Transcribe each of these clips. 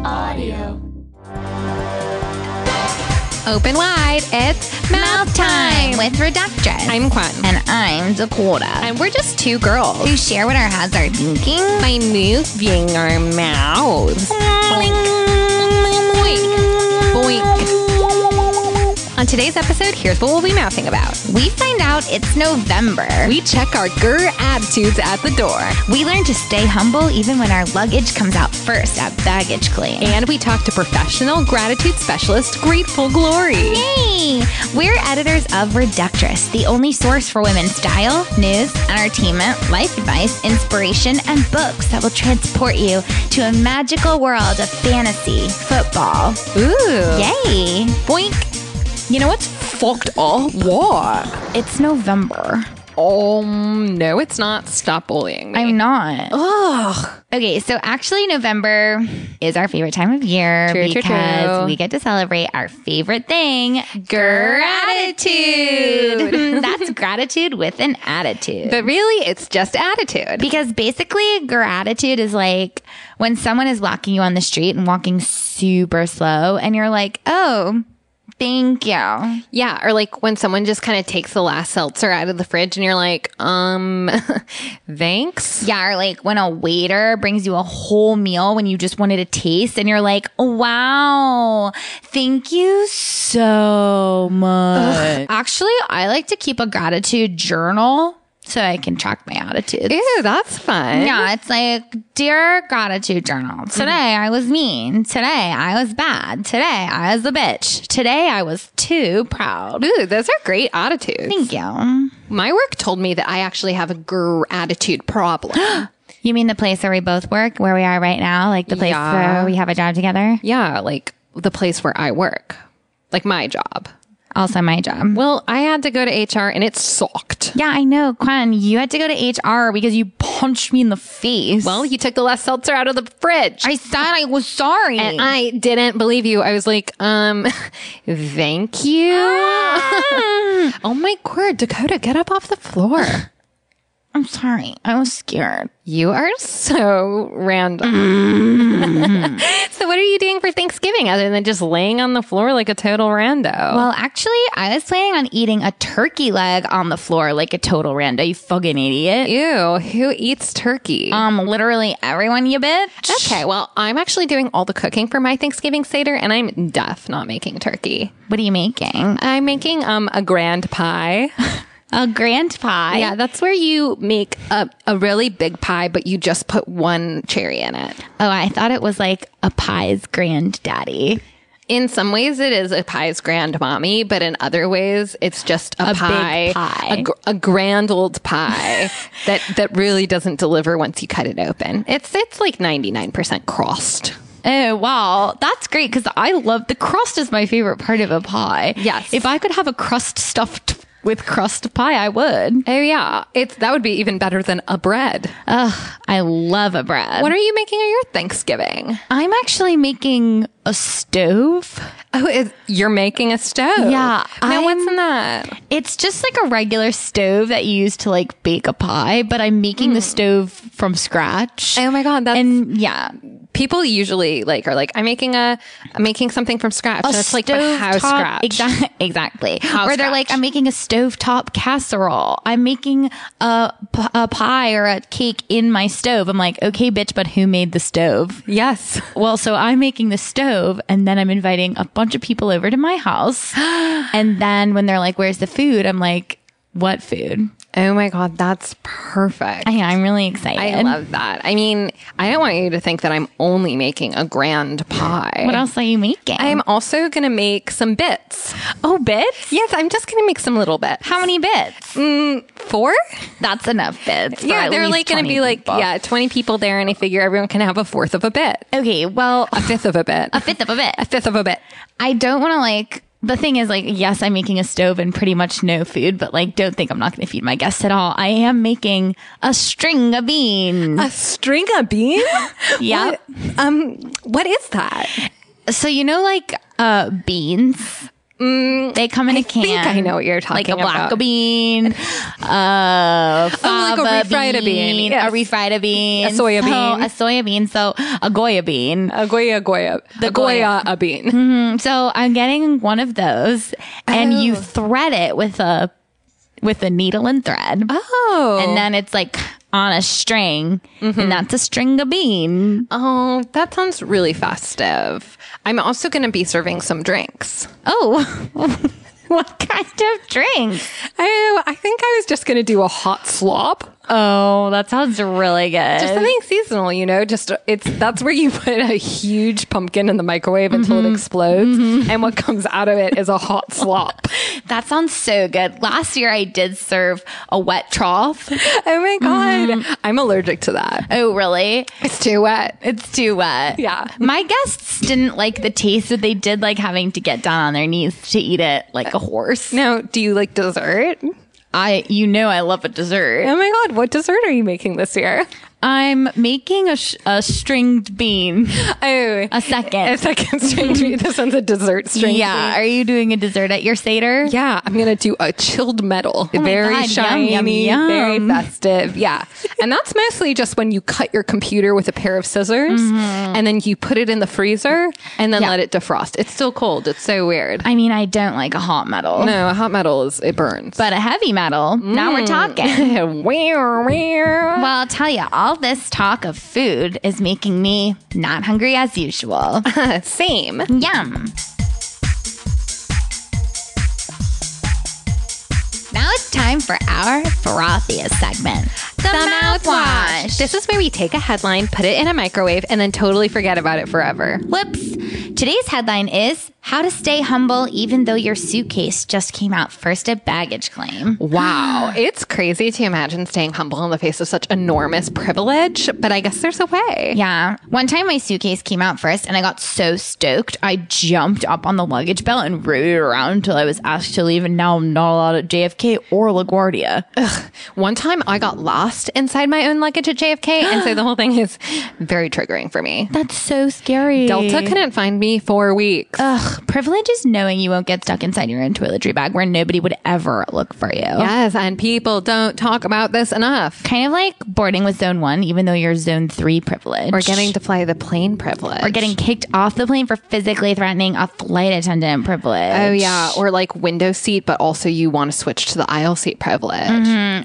Radio. Open wide, it's mouth time. with Reductress. I'm Quan, and I'm Dakota. and we're just two girls who share what our hearts are thinking. by moving our mouths. Boink. Boink. On today's episode, here's what we'll be mouthing about. We find out it's November. We check our grr attitudes at the door, We learn to stay humble even when our luggage comes out first at baggage claim. and we talk to professional gratitude specialist Grateful Glory. Hey, we're editors of Reductress, the only source for women's style, news, entertainment, life advice, inspiration, and books that will transport you to a magical world of fantasy, football. Ooh. Yay! Boink. You know what's fucked up? What? It's November. Um, no, it's not. Stop bullying me. I'm not. Ugh. Okay, so actually, November is our favorite time of year True, true, because true. we get to celebrate our favorite thing gratitude. That's gratitude with an attitude. But really, it's just attitude. because basically, gratitude is like when someone is walking you on the street and walking super slow, and you're like, oh, thank you. Yeah, or like when someone just kind of takes the last seltzer out of the fridge and you're like, um, thanks. Yeah, or like when a waiter brings you a whole meal when you just wanted a taste and you're like, wow, thank you so much. Actually, I like to keep a gratitude journal so I can track my attitudes. Ew, that's fun. Yeah, it's like, dear gratitude journal. Today I was mean. Today I was bad. Today I was a bitch. Today I was too proud. Ooh, those are great attitudes. Thank you. My work told me that I actually have a gr attitude problem. You mean the place where we both work, where we are right now, like the place Yeah. where we have a job together? yeah, like the place where I work, like my job. Also, my job. Well, I had to go to HR and it sucked. Yeah, I know, Quan. You had to go to HR because you punched me in the face. Well, you took the last seltzer out of the fridge. I said I was sorry. and I didn't believe you. I was like, um, thank you. oh my word, Dakota, get up off the floor. I'm sorry. I was scared. you are so random. Mm-hmm. so, what are you doing for Thanksgiving other than just laying on the floor like a total rando? Well, actually, I was planning on eating a turkey leg on the floor like a total rando. You fucking idiot. Ew, who eats turkey? Um, literally everyone, you bitch. okay, well, I'm actually doing all the cooking for my Thanksgiving Seder, and I'm deaf not making turkey. What are you making? I'm making um a grand pie. A grand pie. Yeah, that's where you make a, a really big pie, but you just put one cherry in it. Oh, I thought it was like a pie's granddaddy. In some ways, it is a pie's grandmommy, but in other ways, it's just a, A big pie, pie. A, gr- a grand old pie that that really doesn't deliver once you cut it open. It's it's like ninety nine percent crossed. Oh, wow. That's great because I love the crust is my favorite part of a pie. Yes. If I could have a crust stuffed with crust pie, I would. Oh yeah, it's that would be even better than a bread. Ugh, I love a bread. What are you making at your Thanksgiving? I'm actually making a stove. Oh, is, you're making a stove. Yeah, Now, what's I'm- in that? It's just like a regular stove that you use to like bake a pie, but I'm making the stove from scratch. Oh my God, that's- And yeah, people usually like are like i'm making a i'm making something from scratch and it's like but how stovetop- scratch Exactly. exactly. How or they're like, scratch? I'm making a stovetop casserole. I'm making a, p- a pie or a cake in my stove. I'm like, okay, bitch, but who made the stove? yes Well, so I'm making the stove and then I'm inviting a bunch of people over to my house. and then when they're like, where's the food? I'm like, what food? oh my god that's perfect I, I'm really excited. I love that. I mean, I don't want you to think that I'm only making a grand pie. What else are you making? I'm also going to make some bits. oh, bits? Yes, I'm just going to make some little bits. How many bits? Four? That's enough bits. for Yeah, at they're least like going to 20 be like, people. yeah, 20 people there, and I figure everyone can have a fourth of a bit, Okay, well, a fifth of a bit, a fifth of a bit. a fifth of a bit. I don't want to like. The thing is, like, yes, I'm making a stove and pretty much no food, but like, don't think I'm not going to feed my guests at all. I am making a string of beans. A string of beans? yeah. um, what is that? So you know, like, uh, beans. they come in a can. think I know what you're Like a talking black about. bean, Oh, a like a fava refried a bean, yes. a refried a bean, A soya So- bean. a soya bean, so a goya bean. A goya goya. The goya. goya a bean. So I'm getting one of those, and you thread it with a with a needle and thread, Oh. and then it's like on a string, and that's a string of bean. oh, that sounds really festive. I'm also going to be serving some drinks. Oh, what kind of drink? Oh, I think I was just going to do a hot slop. Oh, that sounds really good. Just something seasonal, you know. Just it's that's where you put a huge pumpkin in the microwave until it explodes, and what comes out of it is a hot slop. that sounds so good. Last year I did serve a wet trough. oh my god, I'm allergic to that. Oh, really? It's too wet. It's too wet. Yeah. My guests didn't like the taste, so they did like having to get down on their knees to eat it like a horse. Now, do you like dessert? I, you know, I love a dessert. Oh my god, what dessert are you making this year? I'm making a, sh- a stringed bean. Oh, A second. a second string. treat. This one's a dessert string. yeah. treat. Are you doing a dessert at your Seder? Yeah, I'm gonna do a chilled metal. very God, yum, shiny, yum, yum. very festive. Yeah. and that's mostly just when you cut your computer with a pair of scissors and then you put it in the freezer and then Yeah. let it defrost. It's still cold. It's so weird. I mean, I don't like a hot metal, no, a hot metal is it burns. but a heavy metal. Now we're talking. Where, where? Well, I'll tell you, all this talk of food is making me not hungry as usual. Same. Yum. Now it's time for our Frothiest segment. The, This is where we take a headline, put it in a microwave, and then totally forget about it forever. Whoops. Today's headline is How to Stay Humble Even Though Your Suitcase Just Came Out First at Baggage Claim. Wow, it's crazy to imagine staying humble in the face of such enormous privilege, but I guess there's a way. Yeah. One time my suitcase came out first and I got so stoked. I jumped up on the luggage belt and rode it around until I was asked to leave and now I'm not allowed at JFK or LaGuardia. One time I got lost inside my own luggage at JFK, and so the whole thing is very triggering for me. That's so scary. Delta couldn't find me for weeks. Ugh, privilege is knowing you won't get stuck inside your own toiletry bag where nobody would ever look for you. yes, and people don't talk about this enough. Kind of like boarding with zone one, even though you're zone three privilege. We're getting to fly the plane privilege. or getting kicked off the plane for physically threatening a flight attendant privilege. Oh yeah, or like window seat, but also you want to switch to the aisle seat privilege.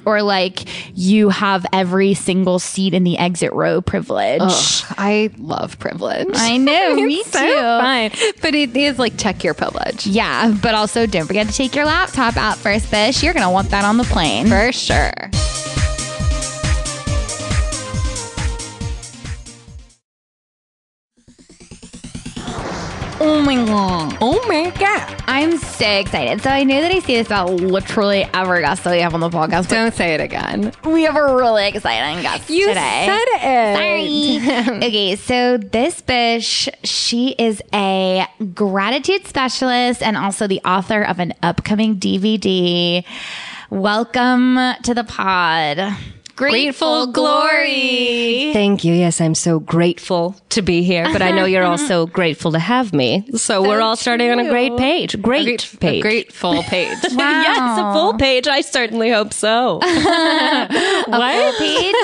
Or like you have every single seat in the exit row privilege. Ugh, I love privilege. I know, me It's so too. fun. But it is like check your privilege. Yeah, but also don't forget to take your laptop out first, Bish. You're gonna want that on the plane. For sure. Oh my god. Oh my god. I'm so excited. So I know that I say this about literally every guest that we have on the podcast, Don't say it again. but we have a really exciting guest You today. said it. Sorry. okay, so this bitch, she is a gratitude specialist and also the author of an upcoming DVD. Welcome to the pod. Grateful Glory. Thank you. Yes, I'm so grateful to be here, but I know you're also grateful to have me. So, we're all starting on a great page. Great, page. grateful page. Wow. Yes, a full page. I certainly hope so. what? page. Wow.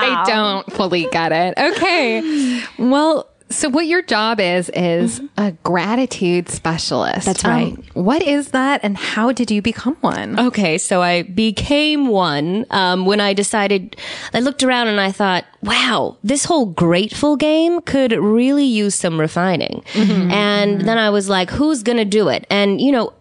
I don't fully get it. Okay. Well, so what your job is is a gratitude specialist. That's Um, right. what is that and how did you become one? Okay, so I became one um, when I decided. I looked around and I thought, "Wow, this whole grateful game could really use some refining." And then I was like, "Who's gonna do it?" And you know,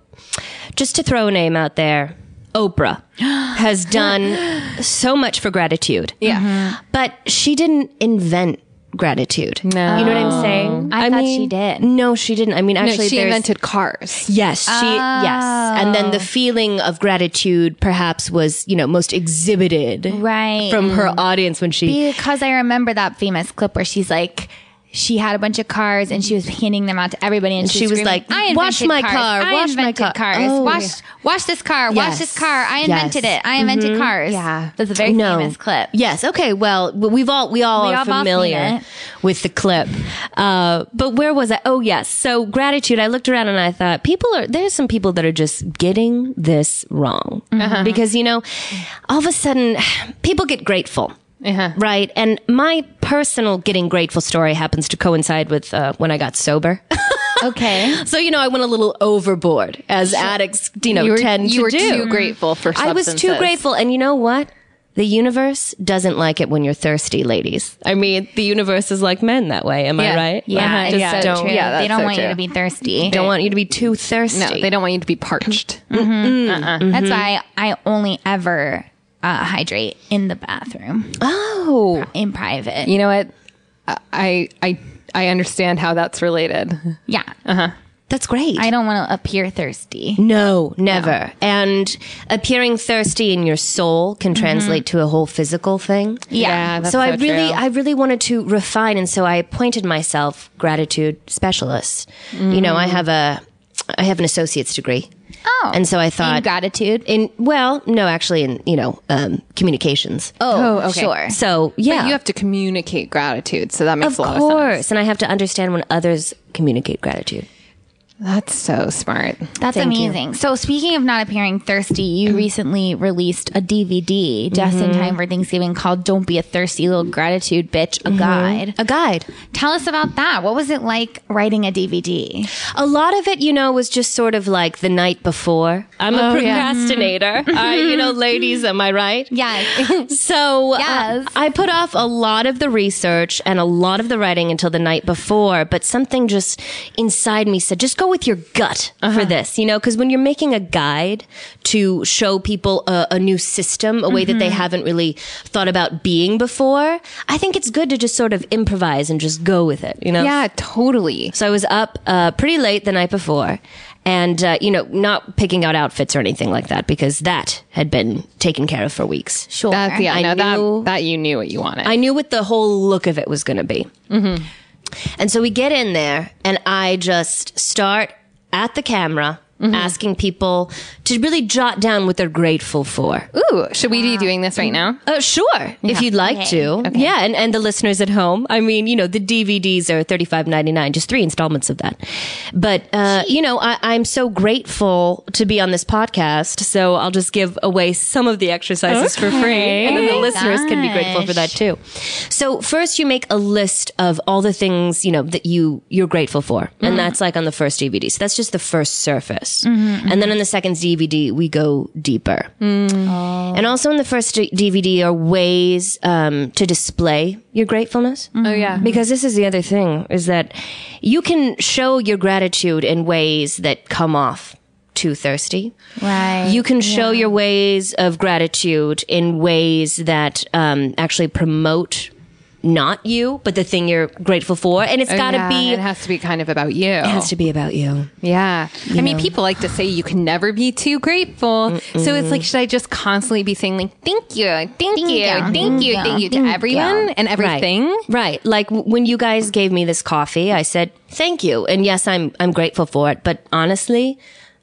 just to throw a name out there, Oprah has done so much for gratitude. Mm-hmm. Yeah. But she didn't invent gratitude. No. You know what I'm saying? I thought she did. No, she didn't. I mean, actually, she there's- invented cars. Yes, she yes. And then the feeling of gratitude perhaps was, you know, most exhibited Right. from her audience when she Because I remember that famous clip where she's like, she had a bunch of cars and she was handing them out to everybody. And, she was screaming, like, I "Wash invented my cars. I car, wash my invented car." Cars. Oh. Wash, wash this car. Wash Yes. this car. I Yes. Mm-hmm. invented it. I invented cars. Yeah. That's a very famous clip. Yes. Okay. Well, w- we've all we all We are have all seen familiar it. with the clip. Uh, but where was I? Oh, yes. So gratitude. I looked around and I thought people are there's some people that are just getting this wrong Uh-huh. because you know, all of a sudden, people get grateful. Uh-huh. Right. And my personal getting grateful story happens to coincide with uh, when I got sober. Okay. so, you know, I went a little overboard as addicts, you know, You were, tend you to were do. too grateful for I was substances. too grateful. And you know what? The universe doesn't like it when you're thirsty, ladies. I mean, the universe is like men that way. Am I Yeah. right? Yeah. Uh-huh. it's Just yeah, so don't, true. yeah, they that's don't so want you true. to be thirsty. don't want you to be too thirsty. No, they don't want you to be parched. That's why I only ever uh, hydrate in the bathroom Oh, in private. You know what? I- I I I understand how that's related. Yeah. that's great. I don't want to appear thirsty. no, never. And appearing thirsty in your soul can translate to a whole physical thing. Yeah. that's Mm-hmm. so, I really, true. I really wanted to refine, and so I appointed myself gratitude specialist. You know, I have a, I have an associate's degree, Oh. and so I thought in gratitude. in well no actually in you know um, communications Oh, okay. sure. so yeah you have to communicate gratitude, so that of makes a lot of sense. course and i have to understand when others communicate gratitude That's so smart. That's amazing. So speaking of not appearing thirsty, you recently released a DVD just in time for Thanksgiving called "Don't Be a Thirsty Little Gratitude Bitch: A Guide." a guide Tell us about that. What was it like writing a DVD? a lot of it you know was just sort of like the night before Oh, i'm a yeah. procrastinator I, you know ladies am i right Yes. So uh, Yes. I put off a lot of the research and a lot of the writing until the night before, but something just inside me said, just go with your gut Uh-huh. for this, you know, because when you're making a guide to show people a, a new system, a way that Mm-hmm. they haven't really thought about being before, I think it's good to just sort of improvise and just go with it, you know? Yeah, totally. So I was up uh, pretty late the night before, and uh, you know, not picking out outfits or anything like that because that had been taken care of for weeks. sure. That's yeah. I no, knew- that that you knew what you wanted. I knew what the whole look of it was going to be. And so we get in there, and I just start at the camera. Asking people to really jot down what they're grateful for. Ooh, should we be doing this right now? Uh, sure, if you'd like to. Yeah, and, and the listeners at home. I mean, you know, the DVDs are thirty five ninety nine, just three installments of that. But uh, you know, I, I'm so grateful to be on this podcast. So I'll just give away some of the exercises for free, and then the listeners can be grateful for that too. So first, you make a list of all the things you know that you you're grateful for, Mm-hmm. and that's like on the first DVD. So that's just the first surface, mm-hmm. and then on the second DVD, we go deeper. Mm. And also in the first d- DVD are ways um, to display your gratefulness. Oh yeah. Because this is the other thing is that you can show your gratitude in ways that come off too thirsty. Right. You can show your ways of gratitude in ways that um, actually promote not you, but the thing you're grateful for. And it's got to Oh, Yeah, be It has to be kind of about you. it has to be about you. Yeah. I mean, people like to say you can never be too grateful. So it's like, should I just constantly be saying, like, thank you, thank, you, Mm-hmm. you, thank you, thank you to everyone and everything? Right. Like w- when you guys gave me this coffee, I said, "Thank you." And yes, I'm I'm grateful for it, but honestly,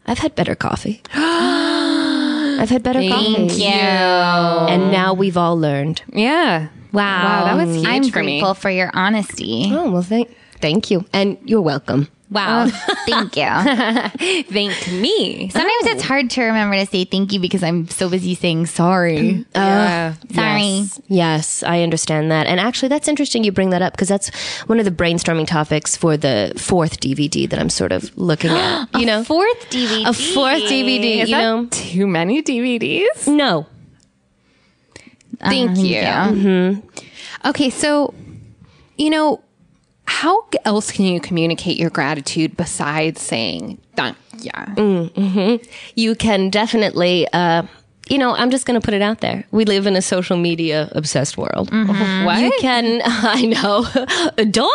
I've had better coffee. I've had better coffee. you. And now we've all learned. Yeah. Wow. Wow, that was huge Um, I'm for me. grateful for your honesty. Oh, well, thank thank you. And you're welcome. Wow. Oh, Thank you. Thank me. Sometimes it's hard to remember to say thank you because I'm so busy saying sorry. yeah. Sorry. Yes, I understand that. And actually, that's interesting you bring that up because that's one of the brainstorming topics for the fourth DVD that I'm sort of looking at. You know, Fourth DVD. a fourth DVD. Is you that know, too many DVDs? no. Um, Thank you. Okay, so, you know, how else can you communicate your gratitude Mm-hmm. besides saying, thank you? you can definitely uh, you know, I'm just going to put it out there. We live in a social media obsessed world. What? You can, I know, doy.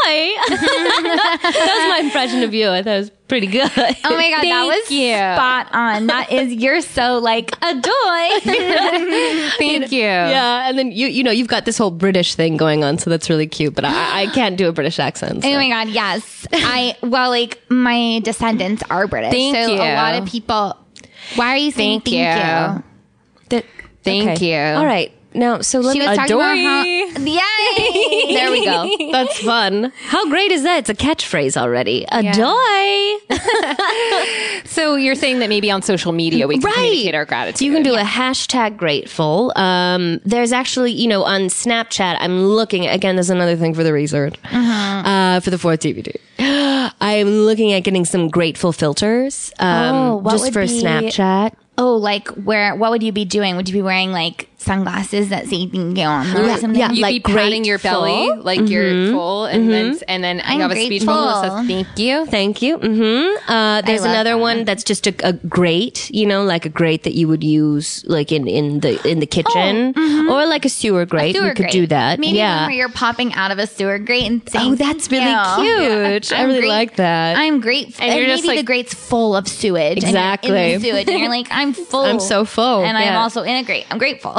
that was my impression of you. I thought it was pretty good. Oh my god, that Thank was you. spot on. That is you're so like a doy. Thank you. Yeah, and then you you know you've got this whole British thing going on, so that's really cute. But I, I can't do a British accent. so. Oh my god, yes. I well like my descendants are British. Thank so you. a lot of people Why are you saying Thank thank, you? you. That- Thank you. All right, now so let She me. was talking about how Adoy. Yay! there we go. That's fun. How great is that? It's a catchphrase already. Adoy. So you're saying that maybe on social media we can Right. communicate our gratitude. You can do a hashtag grateful. Um, there's actually, you know, on Snapchat, I'm looking again. There's another thing for the research Uh-huh. uh, for the fourth DVD. I'm looking at getting some grateful filters um, Oh, what just would for be- Snapchat. Oh, like where what would you be doing? Would you be wearing like sunglasses that say thank you on them or something? yeah. You'd like be patting your grateful. belly like you're full, and then and then you have a speech grateful. bubble that says thank you. Thank you. Mm-hmm. Uh, there's love another that. one that's just a, a grate, you know, like a grate that you would use like in, in the in the kitchen or like a sewer grate. Oh, mm-hmm. Sewer you could grate. do that. Maybe yeah. one where you're popping out of a sewer grate and saying, Oh, that's thank you. really cute. I I'm really grate- like that. I'm grateful. And, you're maybe just like- the grate's full of sewage. and you're in the Exactly. sewage, and you're like, I'm full. I'm so full, And I'm yeah. Mm-hmm. also in a grate. I'm grateful.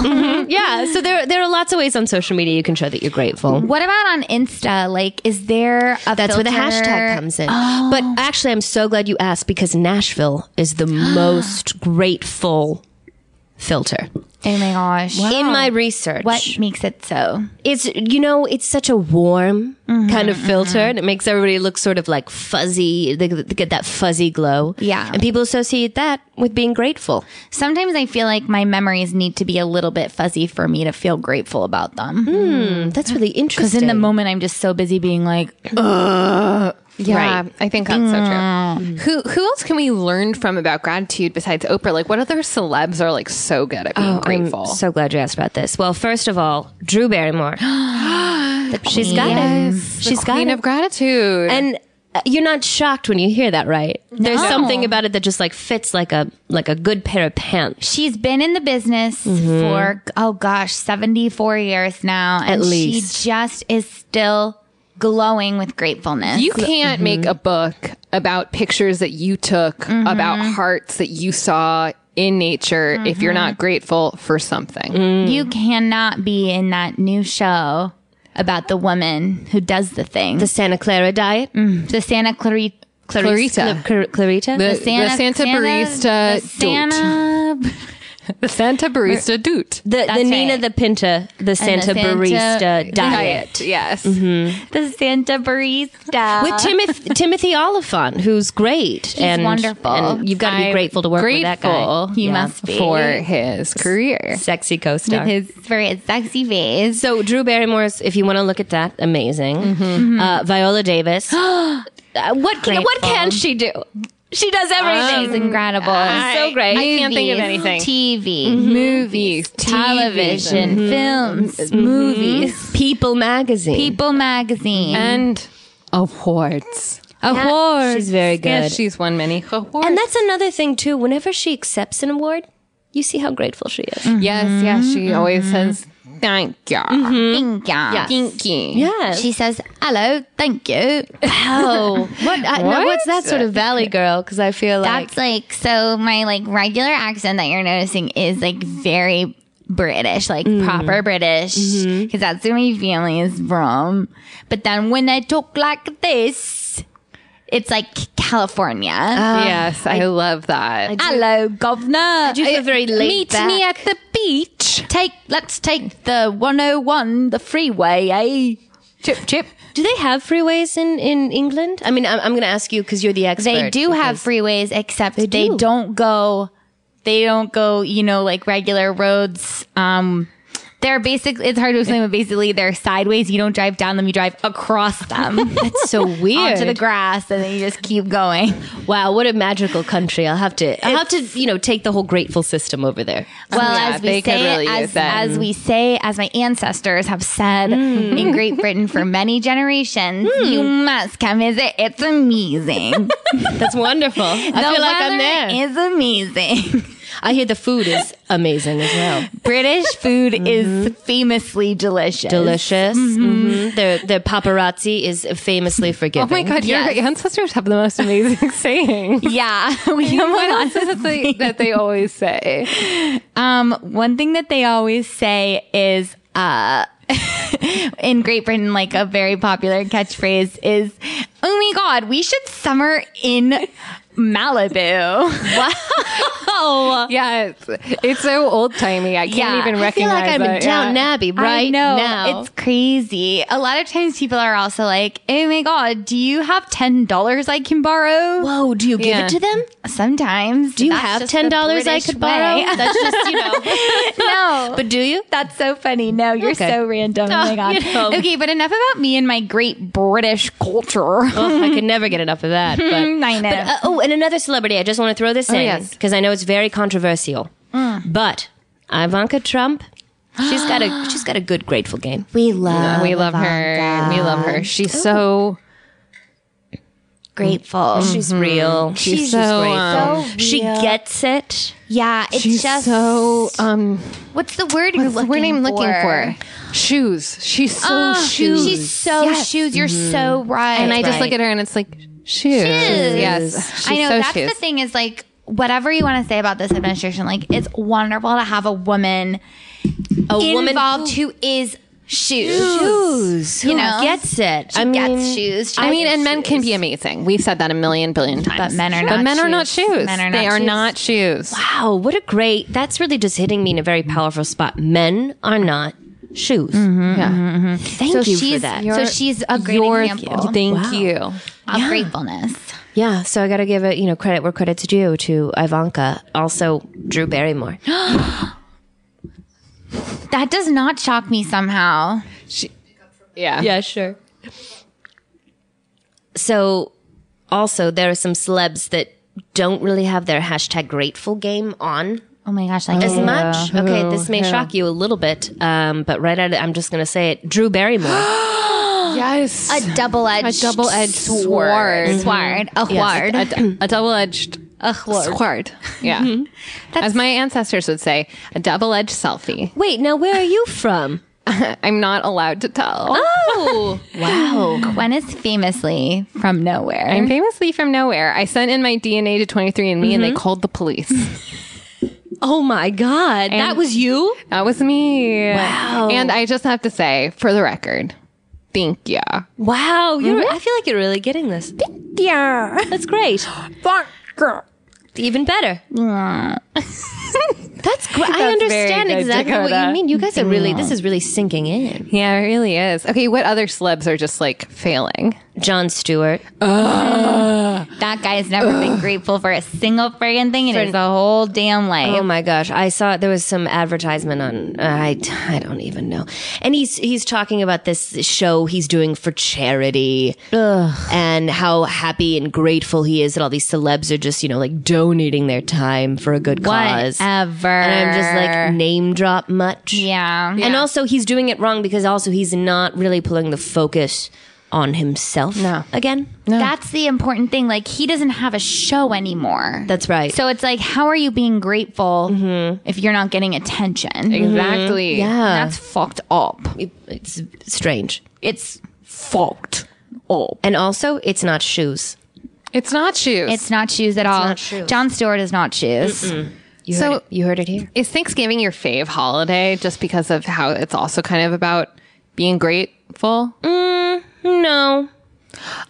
yeah. So there there are lots of ways on social media you can show that you're grateful. What about on Insta? Like, is there a That's where the filter- Oh. hashtag comes in. But actually, I'm so glad you asked because Nashville is the most grateful filter Oh my gosh! in my research. what makes it so? It's you know it's such a warm Mm-hmm, kind of filter, and it makes everybody look sort of like fuzzy. They, they get that fuzzy glow. Yeah. and people associate that with being grateful. Sometimes I feel like my memories need to be a little bit fuzzy for me to feel grateful about them. Mm, that's really Because interesting. in the moment, I'm just so busy being like, Yeah, I think that's so true. Mm. Who who else can we learn from about gratitude besides Oprah? Like, what other celebs are like so good at being grateful? I'm so glad you asked about this. Well, first of all, Drew Barrymore. She's got it. She's got Queen it. of gratitude. and uh, you're not shocked when you hear that, right? There's something about it that just like fits like a like a good pair of pants. she's been in the business for oh gosh 74 years now and Mm-hmm. At least. she just is still glowing with gratefulness You can't make a book about pictures that you took, about hearts that you saw in nature if you're not grateful for something. you Mm-hmm. cannot be in that new show about the woman who does the thing The the, Santa Clara diet, Mm. santa clarita Clarita. Cl- Clarita. The, the Santa barista the doot. Santa, The Santa barista doot. The, the That's Nina right. the Pinta, the Santa Santa- Barista diet. Yes. the Santa barista. With Timoth- Timothy Oliphant, who's great and wonderful. and you've got to be I'm grateful to work with that grateful guy. he must be For his career. sexy co-star. his for his sexy face. So Drew Barrymore's, if you want to look at that, amazing. Uh, Viola Davis. Uh, what can, what can she do? She does She's everything. incredible. so great. I can't think of Movies, anything. TV, Movies, Mm-hmm. television, films, movies, People magazine. People magazine, and awards. awards. She's very good. Yes, she's won many awards. and that's another thing too. Whenever she accepts an award, you see how grateful she is. yes, yes, she always says thank you. Mm-hmm. thank you. Thank you. Yes. She says, "Hello, thank you." oh, what, I, now What? What's that sort of Valley girl? Because I feel like That's like so. My like regular accent that you're noticing is like very British, like Mm-hmm. proper British, because that's where my family is from. But then when I talk like this, it's like California. Ah. yes, I, love that. Hello, governor. Uh, you feel very laid Meet back? me at the beach. Take let's take the 101, the freeway, eh? Chip, chip. do they have freeways in in England? I mean, I'm, I'm going to ask you because you're the expert. They do have freeways, except they, do. don't go. They don't go. You know, like regular roads. Um, they're basically. It's hard to explain, but basically, they're sideways. You don't drive down them. You drive across them That's so weird. onto the grass, and then you just keep going. Wow, what a magical country! I'll have to, I'll have to, you know, take the whole grateful system over there. Well, Yeah, as we they could say, really it, use as, that. as we say, as my ancestors have said in Great Britain for many generations, you must come visit. It's amazing. That's wonderful. I feel like I'm there. Is amazing. I hear the food is amazing as well. British food is famously delicious. Mm-hmm. Delicious. Mhm. Their their paparazzi is famously Oh forgiving. my God, your ancestors have the most amazing saying. Yeah, Oh we have a what lot else is it they- that they always say? Um, one thing that they always say is, uh, in Great Britain, like a very popular catchphrase is, "Oh my God, we should summer in Malibu." Oh, Yeah, it's, it's so old timey. I can't Yeah, even I feel recognize like I'm it. in Downton yeah. Abbey right I know now. it's crazy. A lot of times, people are also like, "Oh my God, do you have ten dollars I can borrow?" Whoa, do you give Yeah. it to them? Sometimes, Do you have ten dollars I could borrow? That's just you know. no, But do you? That's so funny. No, you're Okay. so random. Oh my god. you know. Okay, but enough about me and my great British culture. Oh, I could never get enough of that. But I know. But, uh, oh, and another celebrity. I just want to throw this in yes. because I know it's very controversial. But Ivanka Trump, she's got a she's got a good grateful game. we love We love her. We love her. She's so grateful. She's real. Mm-hmm. She's, she's so um, So She real. gets it. yeah. It's she's just so um. what's the word you're looking What name for? looking for? Shoes. She's so Oh, shoes. She's so Yes. shoes. You're so right. And I just Right. look at her and it's like shoes. Yes, she's I know so that's shoes. the thing is like whatever you want to say about this administration, like it's wonderful to have a woman A woman involved who who is shoes. shoes, who you know? gets it. I mean, gets shoes. She I mean, gets and men can shoes. be amazing. We've said that a million billion times. But men are But not men are not shoes. shoes. Men are they not are shoes. not shoes. wow, what a great. That's really just hitting me in a very powerful spot. Men are not shoes. Mm-hmm. Yeah. Thank So you for she's that. so she's a great Your- example Thank Wow. you. of gratefulness. Yeah, so I got to give it, you know, credit where credit's due to Ivanka, also Drew Barrymore. That does not shock me somehow. Yeah. sure. So, also, there are some celebs that don't really have their hashtag grateful game on Oh my gosh, like as much. Okay, Oh, this may shock you a little bit, um, but right out of, I'm just going to say it. Drew Barrymore. Yes. a double edged A double-edged sword. Sword. A sword. a, d- a double-edged A sword. sword. Yeah. As my ancestors would say, a double-edged selfie. Wait, now where are you from? I'm not allowed to tell. Oh, wow. Gwen is famously from nowhere. I'm famously from nowhere. I sent in my DNA to 23andMe and they called the police. Oh my God. that was you? That was me. Wow. And I just have to say, for the record, thank you. Wow. You're, I feel like you're really getting this. Yeah. That's great. Even better. That's great. I That's very understand good, exactly what Dakota. you mean. You guys are really, this is really sinking in. Yeah, it really is. Okay, what other celebs are just like failing? John Stewart. that guy has never been grateful for a single friggin' thing in his whole damn life. Oh my gosh! I saw there was some advertisement on. uh, I I don't even know. And he's he's talking about this show he's doing for charity, and how happy and grateful he is that all these celebs are just you know like donating their time for a good Oh, cause. Whatever. And I'm just like name drop much. yeah. And also, he's doing it wrong because also he's not really pulling the focus on himself No. again. That's the important thing. Like he doesn't have a show anymore. That's right. So it's like, how are you being grateful Mm-hmm. if you're not getting attention? Mm-hmm. Exactly. yeah, That's fucked up. It- it's strange. It's Fucked up. And also, it's not shoes. It's not shoes. it's not shoes at all. not shoes. John Stewart is not shoes. You So- heard it, you heard it here. is Thanksgiving your fave holiday just because of how it's also kind of about being grateful? No,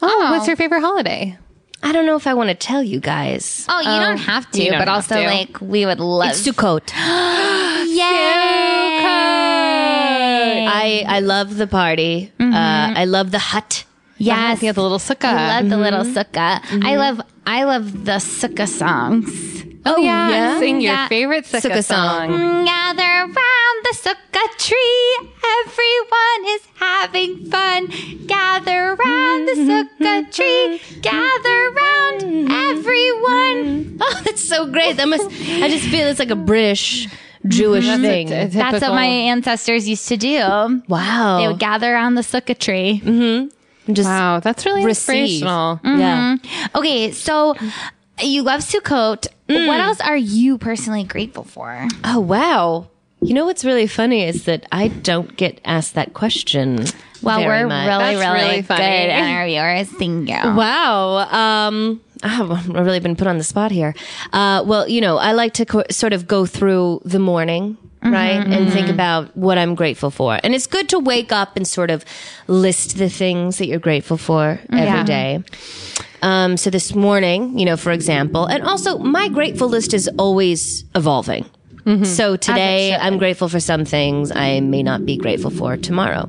Oh, what's your favorite holiday? I don't know if I want to tell you guys. Oh, you don't have to, don't but have also to. like we would love. It's Sukkot. Yay! I I love the party. Uh, I love the hut. Yes, Mm-hmm. Yeah, I the little sukkah. Mm-hmm. love the little sukkah. I love, I love the sukkah songs. Oh, yeah. Sing your Yeah. favorite sukkah, Sukkah song. Mm-hmm. song. Gather round the sukkah tree. Everyone is having fun. Gather round the sukkah tree. Gather round everyone. Oh, that's so great. That must. I just feel it's like a British Jewish thing. It's a That's what typical- my ancestors used to do. wow. They would gather around the sukkah tree. just Wow, that's really receive. inspirational. Yeah. Okay, so you love Sukkot. What else are you personally grateful for? Oh, wow. You know what's really funny is that I don't get asked that question. Well, very we're much. really, That's really, really good funny. at our viewers. Thank you. Wow. Um, oh, I've really been put on the spot here. Uh, well, you know, I like to co- sort of go through the morning, right? And think about what I'm grateful for. And it's good to wake up and sort of list the things that you're grateful for every Yeah. day. Um, so this morning, you know, for example, and also my grateful list is always evolving. So today should. I'm grateful for some things I may not be grateful for tomorrow.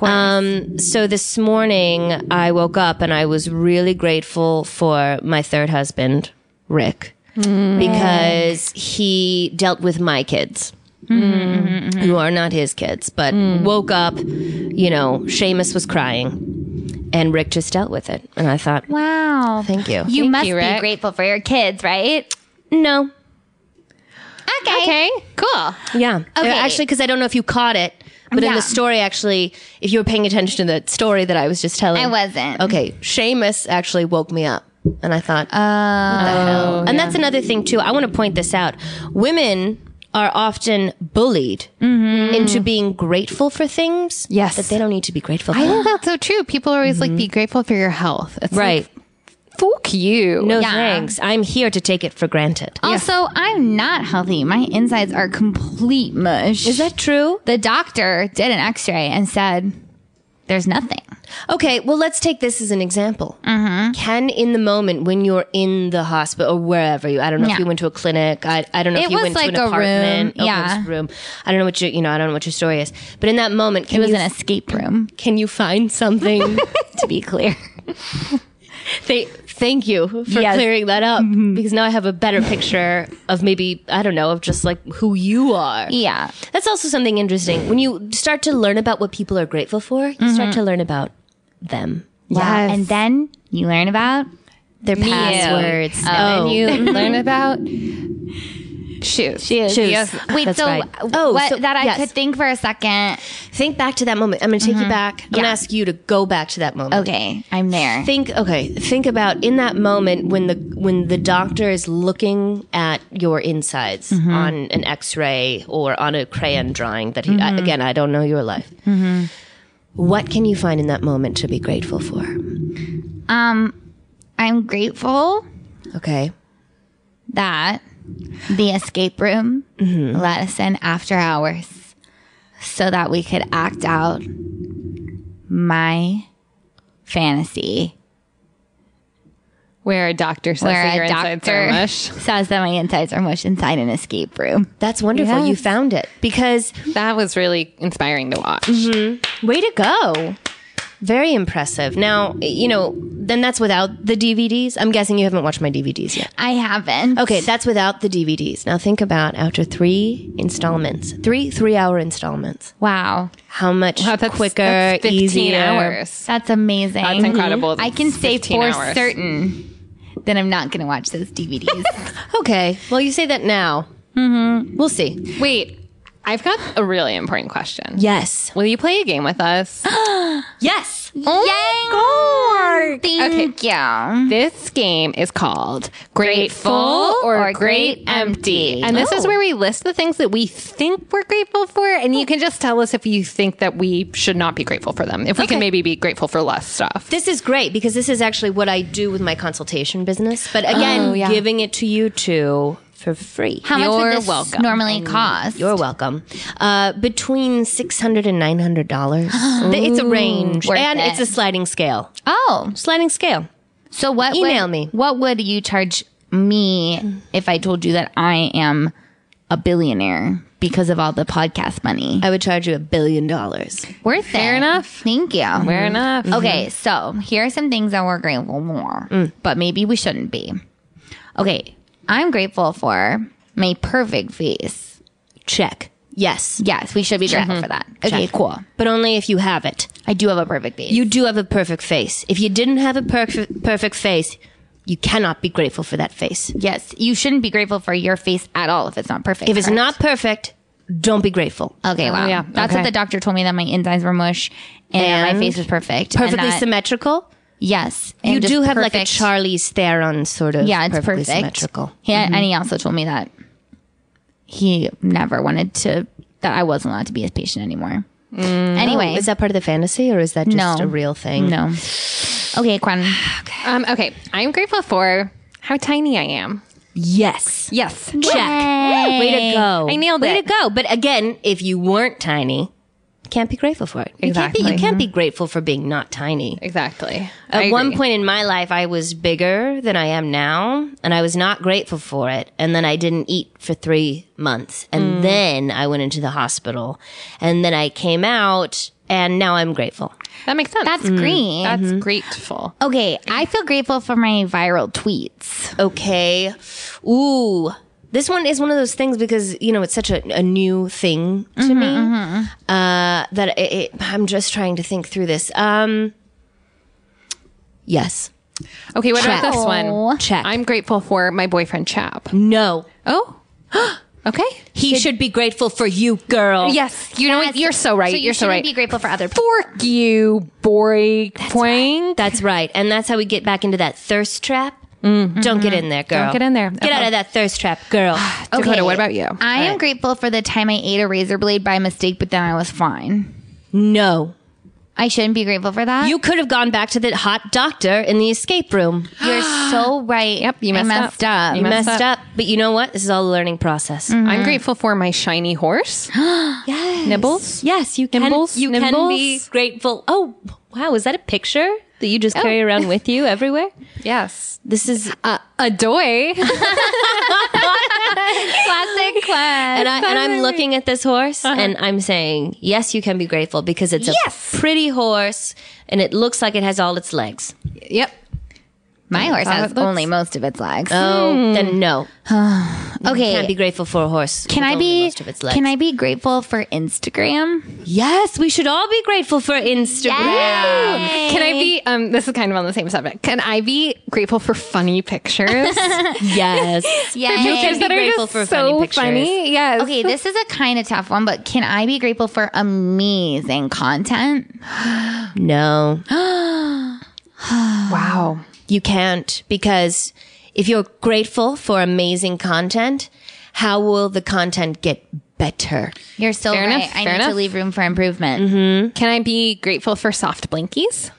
Um, so this morning I woke up and I was really grateful for my third husband, Rick, Mm. because he dealt with my kids Mm-hmm. who are not his kids, but Mm. woke up, you know, Seamus was crying and Rick just dealt with it. And I thought, Wow. Thank you. You must you, be Rick. grateful for your kids, right? no. Okay. Okay. Cool. Yeah. Uh, Okay. Actually, because I don't know if you caught it, but in Yeah. the story, actually, if you were paying attention to the story that I was just telling, I wasn't. Okay. Seamus actually woke me up. And I thought, Uh, and that's another thing too. I want to point this out. Women are often bullied Mm-hmm. into being grateful for things Yes. that they don't need to be grateful for. I think that's so true. People are always like, be grateful for your health. It's right. Like, fuck you. No Yeah. Oh. thanks. I'm here to take it for granted. Also, I'm not healthy. My insides are complete mush. Is that true? the doctor did an x-ray and said there's nothing. Okay, well, let's take this as an example. Mm-hmm. Can in the moment when you're in the hospital or wherever you, I don't know Yeah. if you went to a clinic, I, I don't know It if you was went like to a an room, apartment, oh, it yeah. was a room. I don't know what your, you know, I don't know what your story is, but in that moment, It can was you an escape room, can you find something? to be clear. Th- thank you for Yes. Mm-hmm. clearing that up because now I have a better picture of maybe I don't know of just like who you are. Yeah. That's also something interesting. When you start to learn about what people are grateful for, you start to learn about them. Mm-hmm. Yeah. Yes. And then you learn about Their passwords. Oh. You Mm-hmm. learn about shoes. Shoes. Shoes. Yes. Wait, That's so right. oh, Oh, what so- that I yes. could think for a second. Think back to that moment. I'm going to take you back. I'm going to Mm-hmm. Yeah. ask you to go back to that moment. Okay, I'm there. Think okay, think about in that moment when the when the doctor is looking at your insides on an x-ray or on a crayon drawing that he I, again, I don't know your life. What can you find in that moment to be grateful for? Um I'm grateful Okay. that the escape room let us in after hours so that we could act out my fantasy Where a doctor says where that your a insides are doctor mush. says that my insides are mush inside an escape room. That's wonderful. You Yes. found it because That was really inspiring to watch. Way to go. Very impressive. Now, you know, then that's without the DVDs. I'm guessing you haven't watched my DVDs yet. I haven't. Okay, that's without the DVDs. Now think about after three installments, three three hour installments, Wow. how much Wow, that's- quicker, that's 15 easier. hours. That's amazing. That's incredible. I can That's say 15 for hours. certain that I'm not going to watch those DVDs. Okay, well, you say that now. Mm-hmm. We'll see. Wait, I've got a really important question. Yes. Will you play a game with us? Yes. Oh Yay! Thank you. this game is called Grateful Grateful or or, Great Great Empty. Empty. And this is Oh. where we list the things that we think we're grateful for. And you can just tell us if you think that we should not be grateful for them. If we Okay. can maybe be grateful for less stuff. This is great because this is actually what I do with my consultation business, but again, yeah. giving it to you two for free. How much You're would this welcome. normally cost? You're welcome. Uh, between six hundred and nine hundred dollars. it's a range, Oh, worth and it. it's a sliding scale. oh, Sliding scale. so what? Email would, me. What would you charge me if I told you that I am a billionaire because of all the podcast money? I would charge you a billion dollars. Worth it. Fair enough. Thank you. Mm-hmm. Fair enough. Okay, so here are some things that we're grateful for, Mm. but maybe we shouldn't be. Okay, I'm grateful for my perfect face. Check. Yes, Yes, we should be grateful for that. Okay, cool. but only if you have it. I do have a perfect face. Mm-hmm. You do have a perfect face. If you didn't have a perfect perfect face, you cannot be grateful for that face. yes, you shouldn't be grateful for your face at all if it's not perfect. If it's correct? Uh, not perfect, don't be grateful. okay, wow, yeah, that's what okay. the doctor told me that my insides were mush and, my And face was perfect, and Perfectly that- symmetrical. Yes. and You just do have like a perfect- Charlie's Theron sort of Yeah, it's perfectly perfect. symmetrical. Yeah, and Mm-hmm. he also told me that he never wanted to that I wasn't allowed to be his patient anymore. Mm. Oh, Anyway, Is that part of the fantasy or is that just No. a real thing? no. Okay, Quinn. Um, okay, I'm grateful for how tiny I am. Yes. Yes. Check. Way to go. I nailed Way it. to go. But again, if you weren't tiny, can't be grateful for it. You can't be, you Exactly. can't be Mm-hmm. grateful for being not tiny. Exactly. At I one agree. point in my life, I was bigger than I am now, and I was not grateful for it. And then I didn't eat for three months. And then I went into the hospital. And then I came out, and now I'm grateful. that makes sense. That's green. That's grateful. okay, I feel grateful for my viral tweets. okay. Ooh. This one is one of those things because, you know, it's such a, a new thing to me Uh, that it, it, I'm just trying to think through this. Um, yes. Okay, what Check. about this one? Check. I'm grateful for my boyfriend Chap. No. Oh. okay. He should be grateful for you, girl. Yes. You know what? Oh, You're so right. So you you are so shouldn't right. Be grateful for other people. Fork you, boy. Boing. That's right. And that's how we get back into that thirst trap. Mm-hmm. Don't get in there, Uh-huh. girl. Don't get in there. Get out of that thirst trap, girl. Dakota, what about you? I am grateful for the time I ate a razor blade by mistake, but then I was fine. no. I shouldn't be grateful for that. You could have gone back to the hot doctor in the escape room. You're so Oh, right. Yep, you I messed messed up. up. You You messed messed up. Mm. But you know what? This is all a learning process. I'm grateful for my shiny horse. Yes. Nibbles? Yes, you can. Nibbles? You can Nibbles? be grateful. Oh, wow! Is that a picture that you just carry around with you everywhere? Yes. Oh. This is Uh, a doy. Classic class. and I and I'm looking at this horse Uh-huh. and I'm saying, yes, you can be grateful because it's a pretty horse and it looks like it has all its legs. yep. My horse how has it looks. only most of its legs. Oh, Hmm. then no, Oh, okay. can't be grateful for a horse. Can with I only be Most of its legs. can I be grateful for Instagram? Yes, we should all be grateful for Instagram. Yay. Can I be, um, this is kind of on the same subject. Can I be grateful for funny pictures? Yes. Yeah. You can be that are grateful just for so funny pictures. funny. Yes. Okay, this is a kind of tough one, but can I be grateful for amazing content? No. Wow. You can't because if you're grateful for amazing content, how will the content get better? You're so Fair right. enough, I fair need to enough. leave room for improvement. Can I be grateful for soft blankies?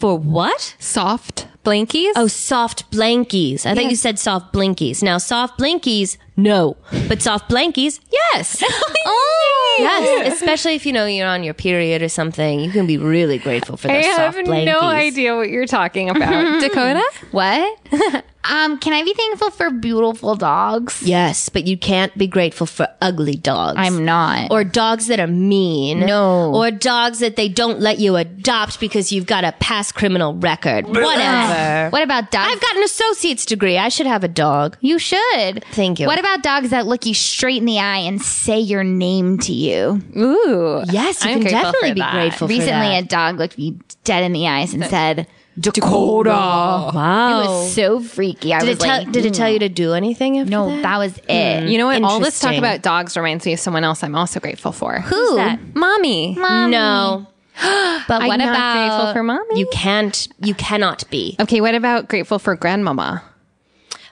For what? Soft blankies? Oh, soft blankies. I thought you said soft blinkies. Now, soft blinkies, no. But soft blankies, yes. Oh, Mm-hmm. yes. Especially if you know you're on your period or something, you can be really grateful for I those have soft blankies. no idea what you're talking about. Dakota? what? um, can I be thankful for beautiful dogs? Yes, but you can't be grateful for ugly dogs. I'm not. or dogs that are mean. No. Or dogs that they don't let you adopt because you've got a past criminal record. Whatever. what about dogs? I've got an associate's degree. I should have a dog. you should. Thank you. What about dogs that look you straight in the eye and say your name to you? Ooh. Yes, you I'm can grateful definitely for be that. grateful for Recently, that. a dog looked me dead in the eyes and said, Dakota. wow. It was so freaky. I Oh. did was it, tell, like, did it tell you to do anything? After no, that? that Mm. was it. You know what? All this talk Interesting. about dogs reminds me of someone else I'm also grateful for. Who's Ooh. that? Mommy. Um, No, But I'm what not about grateful for mommy? you can't. You cannot be. okay, what about grateful for grandmama?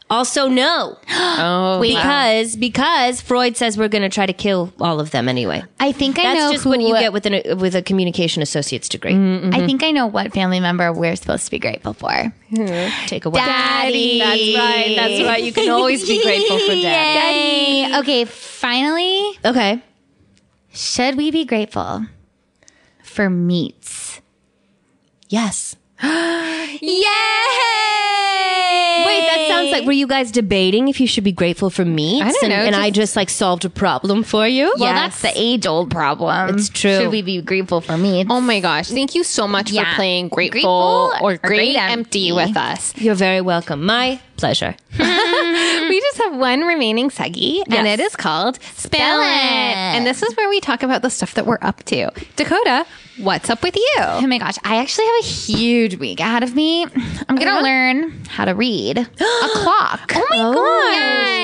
Also, no, Oh, because because Freud says we're going to try to kill all of them anyway. I think I That's know just who Mm. what you get with an with a communication associate's degree. I think I know what family member we're supposed to be grateful for. Take away. Daddy. That's right. That's right. You can always be grateful for dad. Yay. Okay, finally, Okay. should we be grateful for meats? Yes. Yay! Wait, that sounds like were you guys debating if you should be grateful for meats? I don't and, know, and I just like solved a problem for you. Well, Yes. that's the age old problem. It's true. Should we be grateful for meats? Oh my gosh. Thank you so much Yeah. for playing Grateful, Grateful or, or Great, Great Empty Empty. with us. You're very welcome. My pleasure. We just have one remaining seggy, and it is called Spill, Spell it. It. And this is where we talk about the stuff that we're up to. Dakota, what's up with you? Oh my gosh, I actually have a huge week ahead of me. I'm gonna learn how to read a clock. Oh my gosh.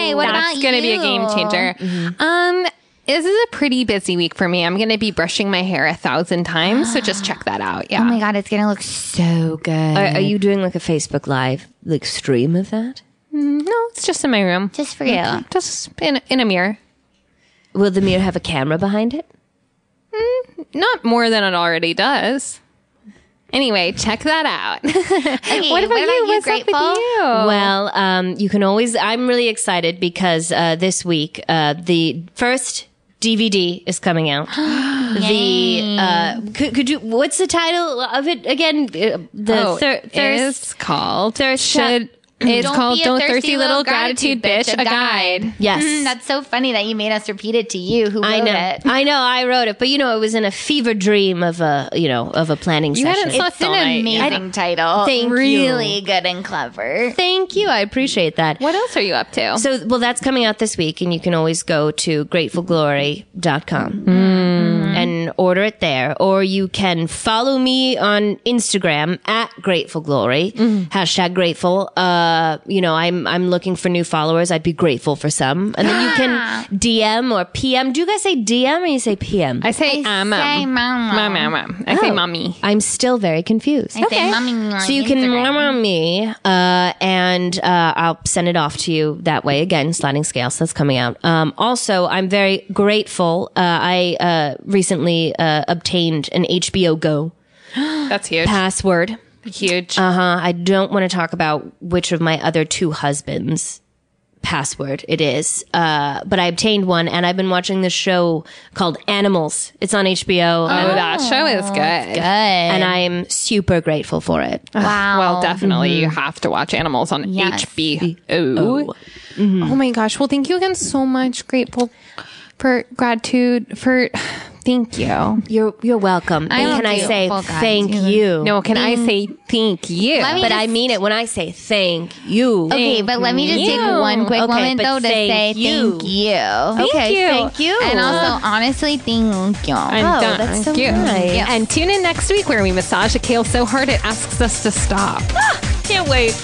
Yay. What That's about gonna be a you? Mm-hmm. game changer. Um, This is a pretty busy week for me. I'm going to be brushing my hair a thousand times, so just check that out. Yeah. Oh my god, it's gonna look so good. Are, are you doing like a Facebook Live like stream of that? no, it's just in my room. Just for you. Just in, in a mirror. Will the mirror have a camera behind it? Not more than it already does. Anyway, check that out. Okay, what about, you? What's up with you? Well, um, you can always. I'm really excited because uh, this week uh, the first DVD is coming out. the uh, could, could you? What's the title of it again? Uh, The Oh, thir- thirst. it's called Thirst should, it's Don't called be a Don't Thirsty Little Gratitude Bitch, a guide. Yes. Mm, that's so funny that you made us repeat it to you. Who wrote I know. it? I know. I wrote it, but you know, it was in a fever dream of a you know of a planning You session. hadn't slept It's an all night. amazing title. Thank you. really good and clever. Thank you. I appreciate that. What else are you up to? So, well, that's coming out this week, and you can always go to gratefulglory.com and order it there. Or you can follow me on Instagram at gratefulglory, hashtag grateful. Uh, you know, I'm, I'm looking for new followers. I'd be grateful for some. And then you can DM or PM. Do you guys say DM or you say PM? I say, I um, say mom. mama. Mom, mom, mom. I say mommy. I'm still very confused. I say mommy on So you can Instagram. mom on me, uh, and uh, I'll send it off to you that way. Again, sliding scale, so that's coming out. Um, also, I'm very grateful. Uh, I uh, recently uh, obtained an HBO Go That's huge. password. Huge. Uh huh. I don't want to talk about which of my other two husbands password it is uh but i obtained one and i've been watching this show called animals it's on hbo oh, that show is good. Good. and i'm super grateful for it Wow. Well, definitely you have to watch Animals on Yes. HBO. Oh my gosh. Well, thank you again so much. Grateful for gratitude for thank you. You're you're welcome. I'm and can I grateful, say guys. thank you? No, can I say thank you? Let me but just- I mean it when I say thank you. Okay, but let me just take you. one quick Okay, moment but though to thank say you. thank you. okay, you. thank you. And also, honestly, thank you. I'm Oh, done. that's so Thank you. nice. Yeah. And tune in next week where we massage a kale so hard it asks us to stop. Can't wait.